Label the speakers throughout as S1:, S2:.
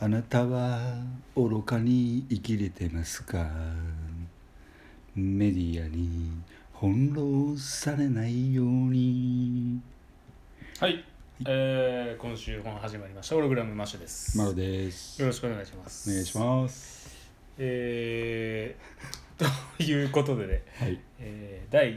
S1: あなたは愚かに生きれてますかメディアに翻弄されないように
S2: はい、えー、今週本始まりました。オログラムマッシュです。
S1: マ
S2: よ
S1: ロです
S2: ろしくお願いします。
S1: お願いし
S2: す。
S1: ます
S2: えー、 ということでね、
S1: はい
S2: えー、第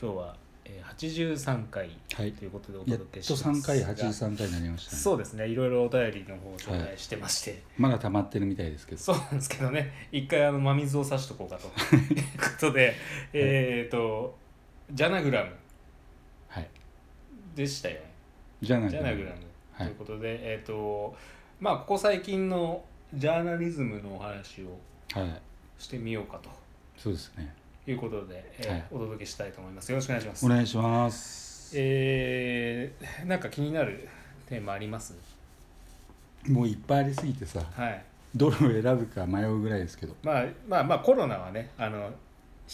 S2: 今日は、えー、83回
S1: はい
S2: ということでお
S1: やっ
S2: 届けし
S1: と
S2: ますが。
S1: 3回83回になりましたね
S2: そうですね、いろいろお便りの方を紹介してまして、
S1: まだ溜まってるみたいですけど
S2: そうなんですけどね、一回あの真水を差しとこう かということで、えーと、ジャナグラム
S1: はい
S2: でしたよね。
S1: じゃなく
S2: ジャーナグラム
S1: は
S2: と
S1: い
S2: いうことで、えっ、とまあここ最近のジャーナリズムのお話を
S1: はい
S2: してみようかと
S1: そうですね
S2: いうことで、えー
S1: はい
S2: お届けしたいと思います。よろしくお願いします
S1: お。願いします
S2: えー、なんか気になるテーマあります？
S1: もういっぱいありすぎてさ
S2: はい。
S1: どれを選ぶか迷うぐらいですけど
S2: まあまあまあコロナはねあの引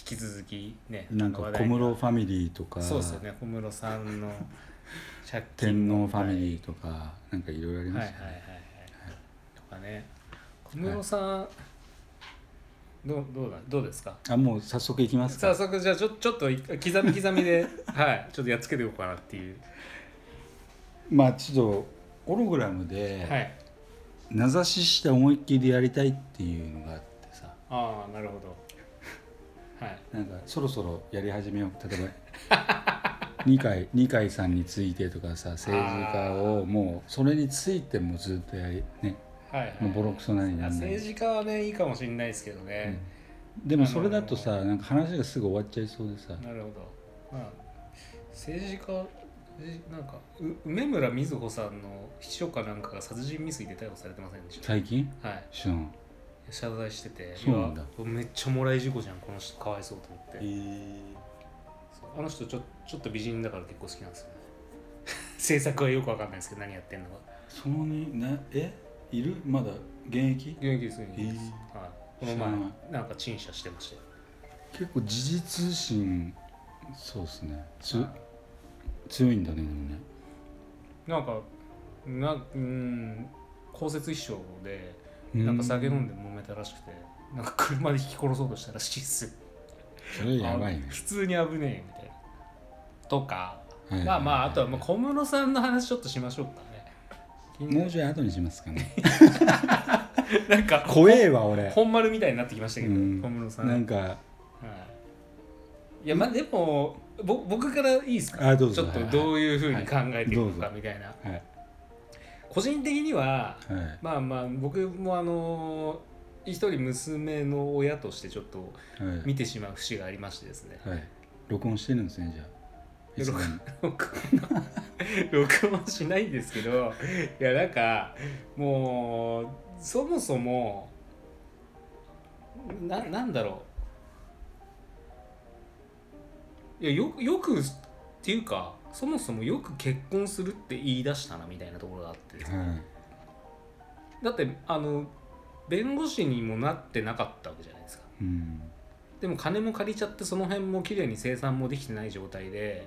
S2: き続きね
S1: なんか小室ファミリーとか
S2: そうですよね小室さ んの借
S1: 天
S2: 金
S1: 皇
S2: 問
S1: ファ
S2: 題
S1: ミリーとかなんかいろいろありま
S2: はい
S1: し
S2: はい
S1: た
S2: はい
S1: ね
S2: はいとかね小室さん、どうどうだどうですか
S1: あもう早速いきます
S2: 早
S1: か
S2: 速じゃあちょちょっとい刻み刻 みではいちょっとやっつけていこうかなっていう
S1: まあちょっとオログラムで
S2: はい
S1: 名指しして思いっきりやりたいっていうのがあってさ
S2: ああなるほどはい
S1: なんかそろそろやり始めよう例え ば二階二階さんについてとかさ政治家をもうそれについてもずっとやりね
S2: はいはい
S1: もうボロクソなり
S2: あ
S1: なんな
S2: 政
S1: り
S2: 治家はねいいかもしれないですけどね、
S1: でもそれだとさなんか話がすぐ終わっちゃいそうでさ
S2: なるほどまあ政治家えなんかう梅村みずほさんの秘書かなんかが殺人未遂で逮捕されてませんでした
S1: 最近
S2: はい
S1: 知らん
S2: 謝罪してて
S1: そうなんだ
S2: いやめっちゃもらい事故じゃんこの人かわいそうと思って、そうあの人ちょちょっと美人だから結構好きなんですよね 制作はよくわかんないですけど何やってんのか
S1: そのになえいるまだ現役
S2: 現役です現役です、
S1: へ
S2: はい、この
S1: 知ら
S2: 前なんか陳謝してましたよ
S1: 結構時事通信そうですねつ強いんだねでもね
S2: なんかなうん公設秘書で
S1: う
S2: なんか酒飲んで揉めたらしくて、なんか車で引き殺そうとしたらしいっすよ
S1: それやばいね
S2: あ普通に危ねえみたいなとか、
S1: はい
S2: まあまあ
S1: はい
S2: あとはまあ小室さんの話ちょっとしましょうかね 気にな
S1: もう
S2: る
S1: ちょい後にしますか ね
S2: なんか
S1: 怖えわ俺
S2: 本丸みたいになってきましたけど、
S1: うん
S2: 小室さん
S1: なんか
S2: はい、いやまあでもぼ僕からいいですか
S1: あどうぞ
S2: ちょっとどういうふうに考えて
S1: はいはい
S2: いくの
S1: どう
S2: か
S1: ぞ
S2: みたいな、
S1: はいはい
S2: 個人的にはまあまあ僕もあの一人娘の親としてちょっと
S1: はい
S2: 見てしまう節がありましてですね
S1: はい録音してるんですねじゃあいつも
S2: 録録 録音しないんですけどいやなんかもうそもそもななんだろういやよよくっていうかそもそもよく結婚するって言い出したなみたいなところがあってですね
S1: は
S2: だってあの弁護士にもなってなかったわけじゃないですか
S1: いうん
S2: でも金も借りちゃってその辺も綺麗に生産もできてない状態で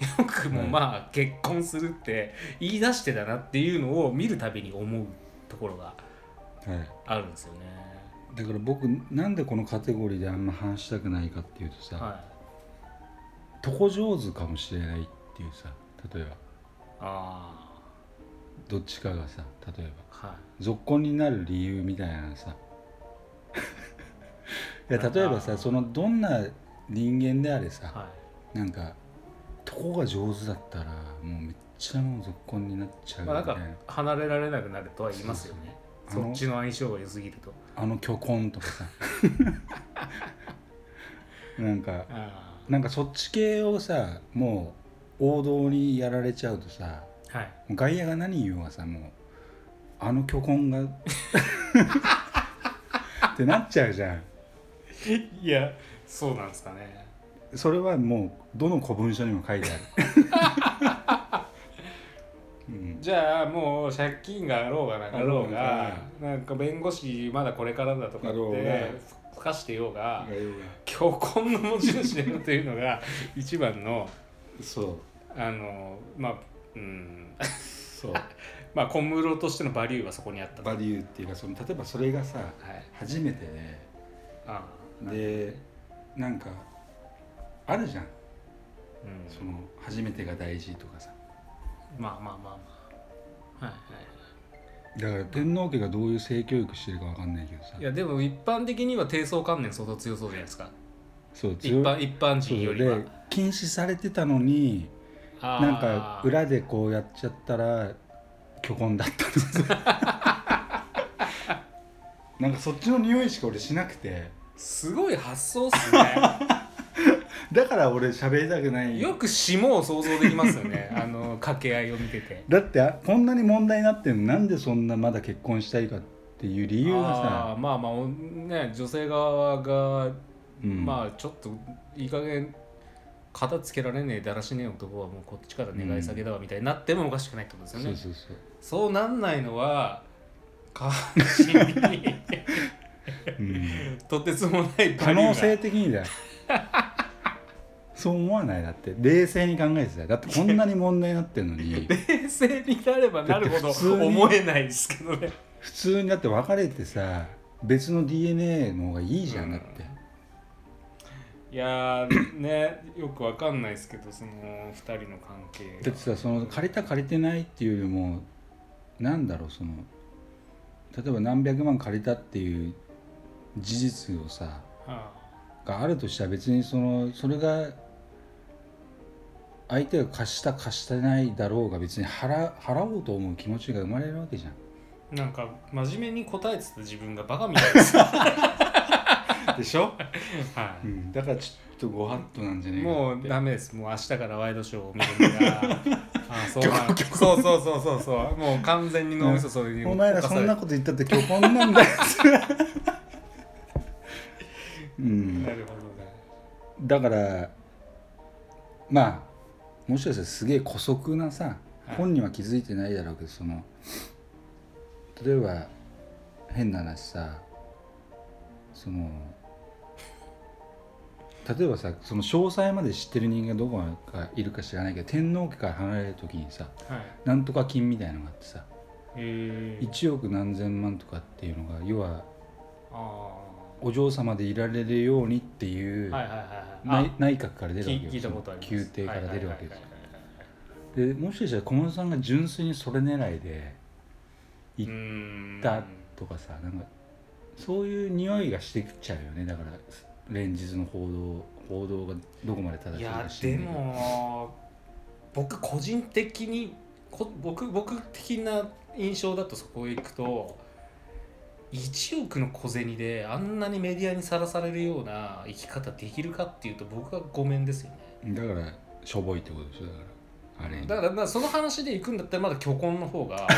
S2: よくもまあ結婚するって言い出してたなっていうのを見るたびに思うところが
S1: はい
S2: あるんですよね。
S1: だから僕なんでこのカテゴリーであんま話したくないかっていうとさ
S2: はい、
S1: 床上手かもしれないっていうさ例えば
S2: あ
S1: どっちかがさ例えば
S2: あはい
S1: 続婚になる理由みたいなさ いや例えば
S2: あ
S1: さ
S2: ー
S1: そのどんな人間であれさ
S2: は
S1: なんかとこが上手だったらもうめっちゃもう続婚になっちゃう
S2: い。
S1: み
S2: まあ
S1: た
S2: ないん
S1: な,、
S2: か離れられなくなるとは言いますよね。
S1: そうそうあ
S2: そ
S1: の
S2: っちの相性が良すぎると。
S1: あの虚婚とかさ なんか
S2: あ
S1: なんかそっち系をさもう王道にやられちゃうとさ
S2: あはい。
S1: もう外野が何言おうがさもうあの虚婚 がってなっちゃうじゃん
S2: いやそうなんですかね。
S1: それはもうどの古文書にも書いてある、うん、
S2: じゃあもう借金があろうがなかろう
S1: あろ
S2: が
S1: う
S2: なんか弁護士まだこれからだとかっ
S1: あろうが
S2: てふかしてようが
S1: 概要が
S2: 虚婚の持ち主であるというのが一番の
S1: そう
S2: あのまあうん
S1: そう
S2: まあ小室としてのバリューはそこにあったと
S1: バリューっていうかその例えばそれがさ
S2: はい
S1: 初めてで
S2: ああ
S1: でなんかあるじゃん
S2: うん
S1: その初めてが大事とかさ
S2: まあまあまあまあはいはい
S1: だから天皇家がどういう性教育してるかわかんないけどさ
S2: いやでも一般的には低層観念相当強そうじゃないですか
S1: そう
S2: 一
S1: 強い
S2: 般一般
S1: そ
S2: 人よ
S1: う
S2: りは
S1: で禁止されてたのに
S2: あー
S1: なんか裏でこうやっちゃったら虚婚だったとか なんかそっちの匂いしか俺しなくて
S2: すごい発想っすね
S1: だから俺喋りたくない
S2: よく霜を想像できますよねあの掛け合いを見てて
S1: だってあこんなに問題になってるのなんでそんなまだ結婚したいかっていう理由が
S2: あー
S1: さ、
S2: まあまあおね女性側が、
S1: うん
S2: まあちょっといい加減片つけられねえだらしねえ男はもうこっちから願い下げだわみたいになってもおかしくないってことですよね、
S1: そうそうそう
S2: そうなんないのは関心に
S1: うん
S2: とてつもない
S1: 可
S2: バリューが
S1: 能性的に だよそう思わないだって冷静に考えてたよだってこんなに問題になってるのに
S2: 冷静になればなるほ
S1: だって普
S2: ど
S1: 通に
S2: 思えないですけどね
S1: 普通にだって別れてさ別の DNA の方がいいじゃん、だって
S2: いやーねよくわかんないですけどその2人の関係が
S1: だってさその借りた借りてないっていうよりもなんだろうその例えば何百万借りたっていう事実をさ
S2: は
S1: があるとしたら別にそのそれが相手が貸した貸してないだろうが別に払払おうと思う気持ちが生まれるわけじゃん
S2: あなんか真面目に答えてた自分がバカみた いですは
S1: でしょ、う
S2: い
S1: ん、だからちょっとご法度なんじゃねえか
S2: もうダメですもう明日からワイドショーを見るんだ あそうなん
S1: 曲
S2: そうそうそうそうそうもう完全に脳みそそれに
S1: お前ら
S2: 侵さ
S1: そ
S2: れ
S1: ん
S2: て
S1: なこと言ったって虚婚なんだよ うん
S2: なるほどね
S1: だからまあもしかしたらすげえ姑息なさ、
S2: はい
S1: 本人は気づいてないだろうけどその例えば変な話さその例えばさその詳細まで知ってる人間がどこかいるか知らないけど天皇家から離れる時にさ
S2: はい
S1: なんとか金みたいのがあってさ
S2: えー、
S1: 1億何千万とかっていうのが要は
S2: あ
S1: お嬢様でいられるようにってい
S2: ー
S1: う
S2: はいはいはいはい
S1: 内内閣から出るわけ
S2: 聞
S1: よ
S2: 聞いたことあります
S1: 宮廷から出るわけです
S2: はいはいはいはい
S1: でもしかしたら小室さんが純粋にそれ狙いで
S2: うーん
S1: だとかさなんかそういう匂いがしてきちゃうよねだから連日の報道報道がどこまで正し
S2: い
S1: いか
S2: や
S1: 知らな
S2: で
S1: いけど
S2: も僕個人的にこ僕僕的な印象だとそこへ行くと1億の小銭であんなにメディアにさらされるような生き方できるかっていうと僕はごめんですよね
S1: だからしょぼいってことでしょだからあれ
S2: だからまあその話で行くんだったらまだ虚婚の方 がこう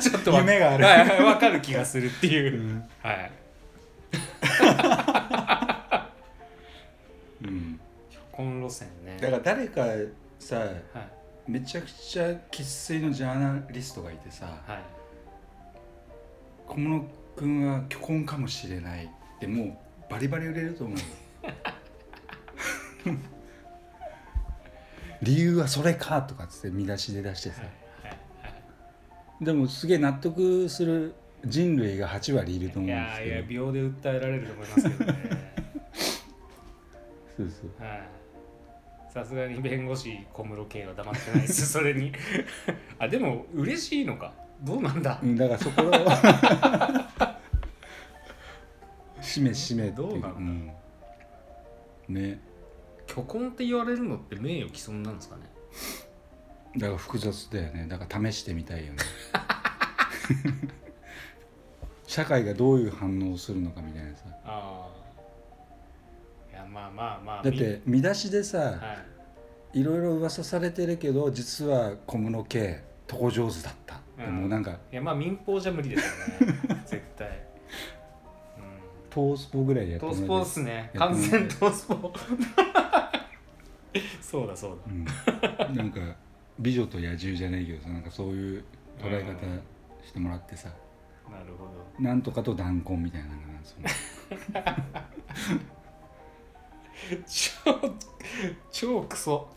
S2: ちょっとわ
S1: 夢がある
S2: はいはいわかる気がするっていうう、
S1: ん、
S2: はい
S1: うん
S2: 虚婚路線ね
S1: だから誰かさ
S2: はい
S1: めちゃくちゃ生粋のジャーナリストがいてさ
S2: はい
S1: 小室君は虚婚かもしれないでもうバリバリ売れると思う 理由はそれかとかっつって見出しで出してさ、でもすげえ納得する人類が8割いると思うん
S2: い
S1: で
S2: や
S1: す
S2: いや
S1: けど
S2: 秒で訴えられると思いますけどね
S1: そうそう
S2: はいさすがに弁護士小室圭は黙ってない ですそれにあでも嬉しいのかどうなんだ
S1: うんだからそこを しめしめってい
S2: どうなんだ
S1: んね
S2: 虚婚って言われるのって名誉毀損なんですかね
S1: だから複雑だよねだから試してみたいよね 社会がどういう反応をするのかみたいなさ
S2: ああいやまあまあまあ
S1: だって見出しでさ、
S2: みはい
S1: い、ろいろ噂されてるけど実は小室圭床上手だった、
S2: うん
S1: もうなんか
S2: いやまあ民放じゃ無理ですよ ね絶対うん
S1: トースポぐらいでやって
S2: トー
S1: も
S2: ス
S1: ら
S2: ポ
S1: える
S2: ーっす
S1: やっ
S2: ね
S1: て
S2: 完
S1: もらえ
S2: 全トー スポそうだそうだ
S1: うん、なんか「美女と野獣」じゃないけどさなんかそういう捉え方してもらってさ、
S2: なるほど
S1: なんとかと断婚みたいなのが その
S2: 超超クソ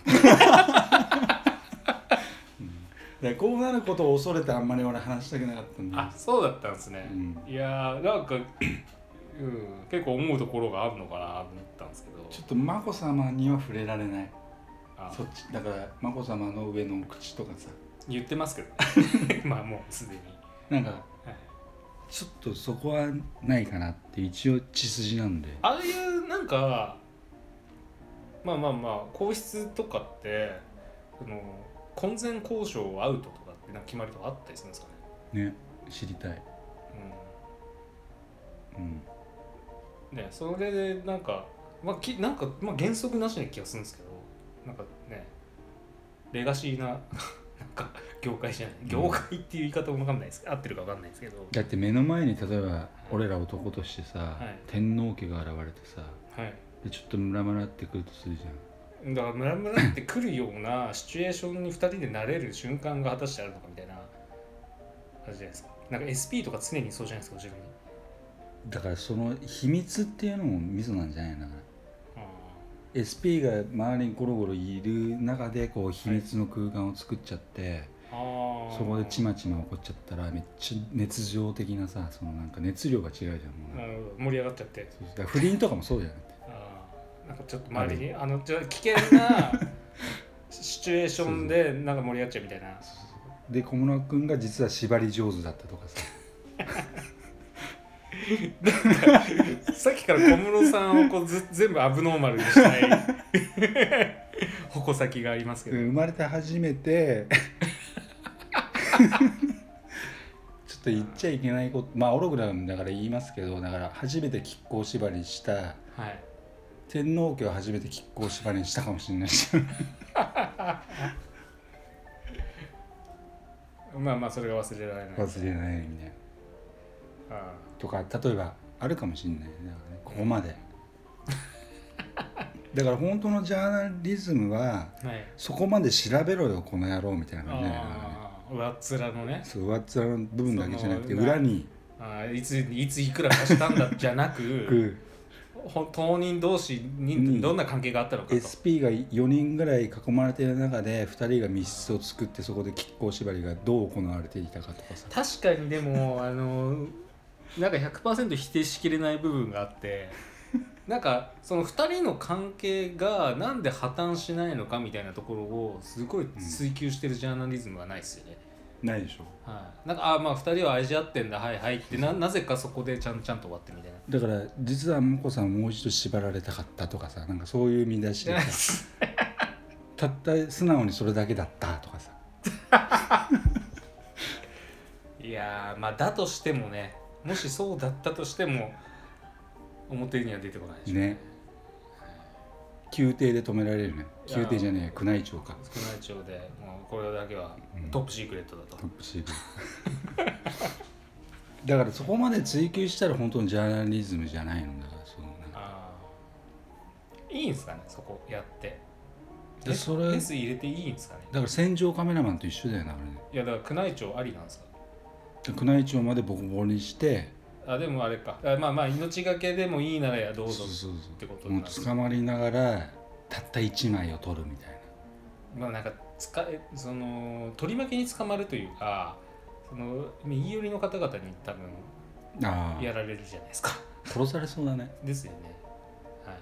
S1: でこうなることを恐れてあんまり俺話したくなかったんだ
S2: あそうだったんですね、
S1: うん
S2: いやーなんか、 うん、結構思うところがあるのかなと思ったんですけど
S1: ちょっと眞子さまには触れられない
S2: あ
S1: そっちだから眞子さまの上のお口とかさ
S2: 言ってますけど、 ね、まあもうすでに、
S1: なんか
S2: はい
S1: ちょっとそこはないかなって一応血筋なんで
S2: ああいうなんかまあまあまあ皇室とかってその婚前交渉アウトとかってなんか決まりとかあったりするんですかね、
S1: ね知りたいうん
S2: うん、ねそれでなんか,、まあ、きなんか、まあ、原則なしな気がするんですけどなんかねレガシーな なんか業界じゃない業界っていう言い方も分かんないです合ってるか分かんないですけど
S1: だって目の前に例えば俺ら男としてさ、
S2: い
S1: 天皇家が現れてさ
S2: はい
S1: でちょっとムラムラってくるとするじゃん
S2: だからムラムラってくるようなシチュエーションに2人で慣れる瞬間が果たしてあるのかみたいな話じゃないですかなんか SP とか常にそうじゃないですか後ろに
S1: だからその秘密っていうのもミソなんじゃないのだから
S2: あ
S1: SP が周りにゴロゴロいる中でこう秘密の空間を作っちゃって、
S2: あ
S1: そこでちまちま起こっちゃったらめっちゃ熱情的なさそのなんか熱量が違うじゃんもう
S2: な
S1: ね
S2: るほど盛り上がっちゃって
S1: そうそうだから不倫とかもそうじゃん
S2: あーなんかちょっと周りにあのちょっと危険なシチュエーションでなんか盛り上がっちゃうみたいな
S1: で小室君が実は縛り上手だったとかさ
S2: さっきから小室さんをこうず全部アブノーマルにしたい 矛先がありますけど、
S1: 生まれて初めて ちょっと言っちゃいけないことまあオログラムだから言いますけどだから初めて亀甲縛りした
S2: はい
S1: 天皇家を初めて亀甲縛りにしたかもしれないし
S2: まあまあそれが忘れられない
S1: 忘れないみたいな
S2: あ
S1: とか例えばあるかもしれないねだからねここまで だから本当のジャーナリズムは
S2: ーはい
S1: そこまで調べろよこの野郎みたいな感じだよねだからね
S2: ああ、上っ面のね
S1: そう上っ面の部分だけじゃなくて
S2: そのな
S1: 裏に
S2: ああいついついくら貸したんだじゃな
S1: 行
S2: く
S1: く
S2: ほ当人同士
S1: うん
S2: にどんな関係があったのかと、
S1: SP が4人ぐらい囲まれてる中で2人が密室を作ってそこで亀甲縛りがどう行われていたかとかさ
S2: 確かにで もあのなんか100%否定しきれない部分が あってなんかその2人の関係がなんで破綻しないのかみたいなところをすごい追求してるジャーナリズムはないですよね。
S1: ないでしょ
S2: はい、なんかあまあ2人は愛し合ってんだはいはいってななぜかそこでちゃんちゃんと終わってみたいな。
S1: だから実は眞子さんもう一度縛られたかったとかさなんかそういう見出 しでさたった素直にそれだけだったとかさ
S2: いやーまあだとしてもねもしそうだったとしても表には出てこないでしょ
S1: ね宮廷で止められるね
S2: いや
S1: 宮廷じゃねえ宮内庁か
S2: 少ない町でもうこれだけは
S1: うん
S2: トップシークレットだと、
S1: トップシーク レットだからそこまで追求したら本当にジャーナリズムじゃないのだからそのなんか
S2: あーいいんすかねそこやって
S1: でそれ
S2: S 入れていいんすかね
S1: だから戦場カメラマンと一緒だよなあれね
S2: いやだから宮内庁ありなんですか
S1: 宮内庁までボコボコにして
S2: あでもあれかあまあまあ命がけでもいいならやどうぞ
S1: そうそう
S2: ってこと
S1: そう
S2: に
S1: も
S2: な
S1: う
S2: る
S1: 捕まりながらたった1枚を取るみたいな
S2: まあなんかつかえその取り巻きに捕まるというかその右寄りの方々に多分
S1: ああ
S2: やられるじゃないですか
S1: 殺されそうだね
S2: ですよねはい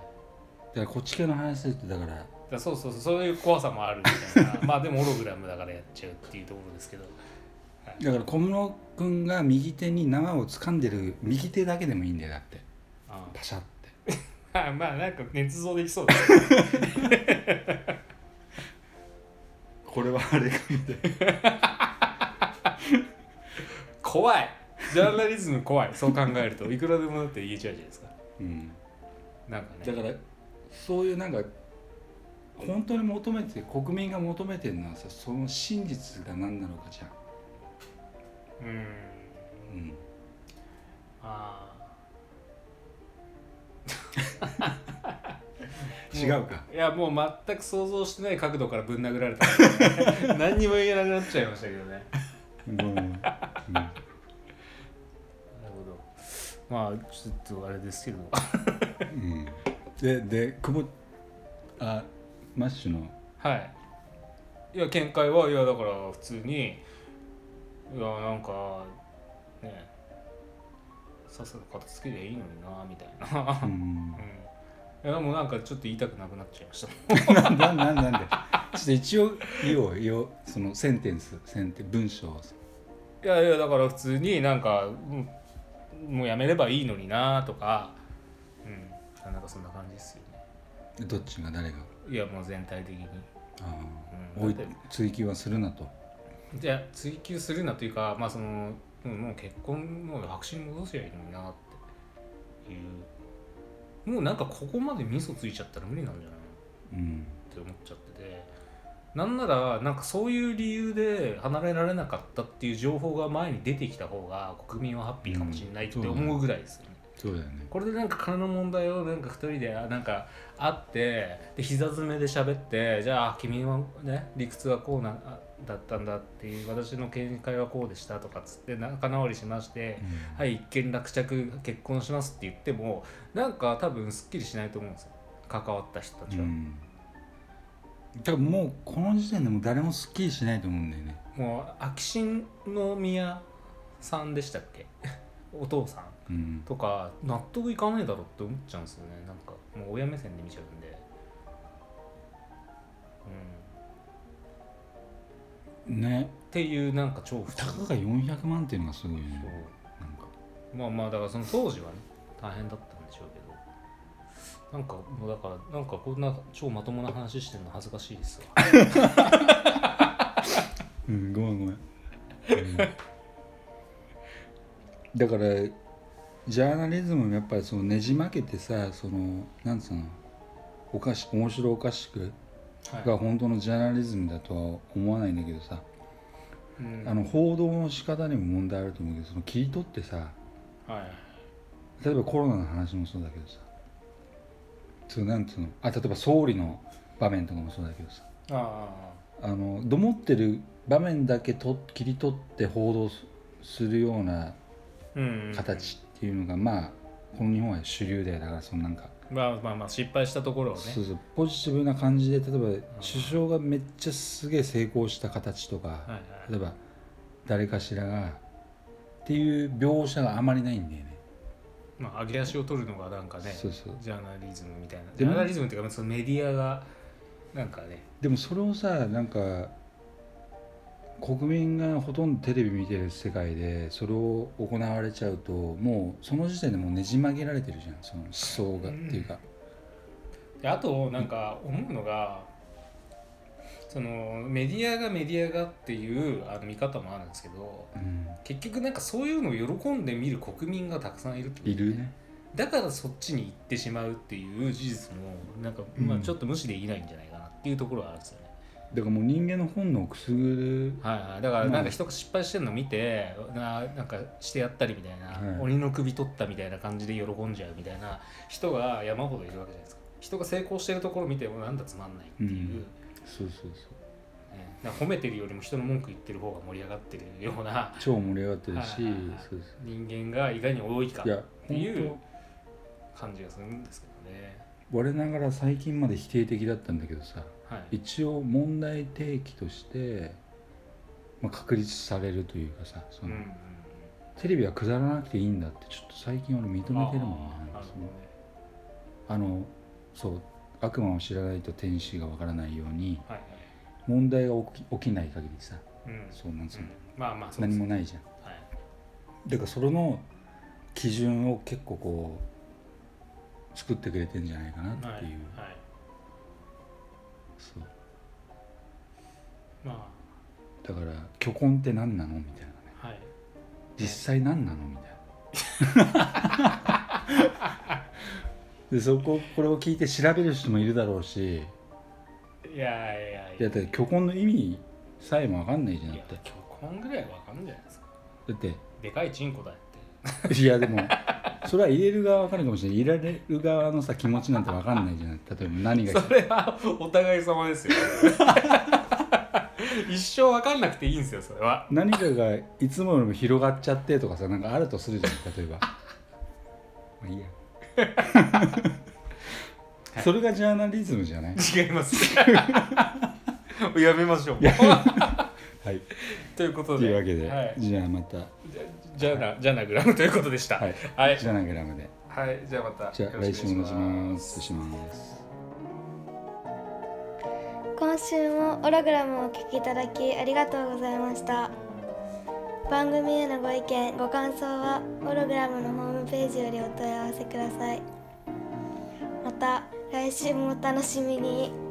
S1: だからこっち系の話だとだから
S2: だからそうそうそうそういう怖さもあるみたいな まあでもオログラムだからやっちゃうっていうところですけど
S1: だから小室君が右手に縄を掴んでる右手だけでもいいんだよだって
S2: あ
S1: パシャって
S2: あ まあなんか捏造できそうです
S1: これはあれかみたい
S2: 怖いジャーナリズム怖いそう考えるといくらでもだって言えちゃうじゃないですか
S1: うん、
S2: なんか
S1: だ
S2: ね
S1: からそういうなんか本当に求めて国民が求めてるのはさその真実が何なのかじゃん、
S2: うーん
S1: うん、
S2: ああ
S1: 違うか
S2: いやもう全く想像してない角度からぶん殴られた からね何にも言えなくなっちゃいましたけどね
S1: うんうん
S2: なるほどまあちょっとあれですけど
S1: うんでで久保あマッシュの
S2: はいいや見解はいやだから普通にいやなんかねさっさと片付けりゃいいのになみたいな、
S1: う
S2: うん、い
S1: ん
S2: やでもなんかちょっと言いたくなくなっちゃいまし
S1: な
S2: た
S1: んなんなんなんでちょっと一応言おう言おうそのセンテンスセンテ文章を
S2: いやいやだから普通になんか、うんもうやめればいいのになとかうんなんかそんな感じですよね
S1: どっちが誰が
S2: いやもう全体的に
S1: ああ、
S2: うん
S1: おい追求はするなと
S2: じゃあ追求するなというかまあそのうんもう結婚もう白紙に戻せばいいのになっていうもうなんかここまで味噌ついちゃったら無理なんじゃないの
S1: うん
S2: って思っちゃっててなんならなんかそういう理由で離れられなかったっていう情報が前に出てきた方が国民はハッピーかもしれないって思うぐらいですよね。
S1: そうだよね
S2: これでなんか金の問題をなんか2人であなんか会ってで膝詰めで喋ってじゃあ君はね理屈はこうなあだったんだっていう私の見解はこうでしたとかっつって仲直りしまして、
S1: うん
S2: はい一見落着結婚しますって言ってもなんか多分すっきりしないと思うんですよ関わった人たち
S1: う
S2: は。
S1: ん多分もうこの時点でもう誰もすっきりしないと思うんだよね
S2: もう秋篠宮さんでしたっけ お父さ
S1: う
S2: ん
S1: ん
S2: とか納得いかないだろって思っちゃうんですよねなんかもう親目線で見ちゃうんでうん
S1: ね
S2: っていうなんか超不
S1: た
S2: 思
S1: かが400万っていうのがすごいよ
S2: 議
S1: ねなんか
S2: そうまあまあだからその当時はね大変だったんでしょうけどなんかもうだからなんかこんな超まともな話してるの恥ずかしいですわ
S1: うんごめんごめん、うん だからジャーナリズムもやっぱりそのねじ曲げてさそのなんつうのおかしく面白おかしく
S2: は
S1: が本当のジャーナリズムだとは思わないんだけどさ、
S2: い、うん
S1: あの報道の仕方にも問題あると思うけどその切り取ってさ
S2: はい
S1: 例えばコロナの話もそうだけどさそうなんつうのあ例えば総理の場面とかもそうだけどさ
S2: ああ
S1: あのどもってる場面だけと切り取って報道すするような
S2: うん
S1: 形っていうのが、まあこの日本は主流だよだからそのなんか、
S2: まあまあまあ失敗したところをね
S1: そうそうポジティブな感じで例えば首相がめっちゃすげえ成功した形とか、
S2: はいはい
S1: 例えば誰かしらがっていう描写があまりないんだよね
S2: まあ、上げ足を取るのがなんかね
S1: そうそう
S2: ジャーナリズムみたいな
S1: で
S2: ジャ
S1: も
S2: ーナリズムっていうかそのメディアがなんかね
S1: でもそれをさなんか国民がほとんどテレビ見てる世界でそれを行われちゃうともうその時点でもうねじ曲げられてるじゃんその思想がっていうか、
S2: であとなんか思うのがそのメディアがメディアがっていうあの見方もあるんですけど
S1: うん
S2: 結局なんかそういうのを喜んで見る国民がたくさんいるってこと
S1: いるね
S2: だからそっちに行ってしまうっていう事実もなんか、まあ、
S1: うん
S2: ちょっと無視できないんじゃないかなっていうところはあるんですよね。
S1: だからもう人間の本能をくすぐる
S2: はいはい、だからなんか人が失敗してるの見て、ななんかしてやったりみたいな、
S1: はい
S2: 鬼の首取ったみたいな感じで喜んじゃうみたいな人が山ほどいるわけじゃないですか人が成功してるところ見てもなんだつまんないっていう、
S1: うん
S2: ね
S1: そうそうそう
S2: なんか褒めてるよりも人の文句言ってる方が盛り上がってるような
S1: 超盛り上がってるし、
S2: はいはいはい
S1: そう
S2: 人間がいかに多いか
S1: そういや
S2: っていう
S1: 本
S2: 感じがするんですけどね。
S1: 当我ながら最近まで否定的だったんだけどさ、
S2: はい、
S1: 一応問題提起として、まあ、確立されるというかさそ
S2: うん
S1: の、
S2: うんうん
S1: テレビはくだらなくていいんだってちょっと最近俺認めてるもんね
S2: あーなるほどね
S1: あのそう悪魔を知らないと天使がわからないように
S2: はいはい
S1: 問題が起き起きない限りさ
S2: うんうん
S1: そうなんつうの、
S2: まあまあそうで
S1: 何
S2: すね
S1: もないじゃん
S2: はい
S1: だからそれの基準を結構こう作ってくれてんじゃないかなっていう、
S2: はいはい
S1: そう
S2: ま
S1: だから虚婚って何なのみたいなね
S2: あはい
S1: 実際何なのみたい なでそここれを聞いて調べる人もいるだろうし
S2: いやいやいや
S1: いやだって虚婚の意味さえも分かんないじゃん
S2: い
S1: だ
S2: や
S1: って
S2: 結婚ぐらいわかるんじゃないですか
S1: だっ
S2: でかいチンコだって
S1: ていやでもそれは入れる側分かるかもしれない入れられる側のさ気持ちなんて分かんないじゃん例えば何が
S2: それはお互い様ですよ 一生わかんなくていいんですよそれは
S1: 何かがいつもよりも広がっちゃってとかさなんかあるとするじゃん例え ばまあいいや それがジャーナリズムじゃない
S2: 違いますやめましょう
S1: いやはい、っ
S2: ということ
S1: て
S2: で
S1: いうわけで、
S2: はい、
S1: じゃあまた、は
S2: じゃじゃあなじゃあなグラムということでしたはい
S1: い、
S2: はい、
S1: じゃあなグラムで。
S2: じゃあまた
S1: じゃあ
S2: よろ
S1: 来
S2: し
S1: 週
S2: くお願
S1: も
S2: い
S1: お願い
S2: しま
S1: します。
S3: 今週もオログラムをお聞きいただきありがとうございました番組へのご意見ご感想はオログラムのホームページよりお問い合わせくださいまた来週もお楽しみに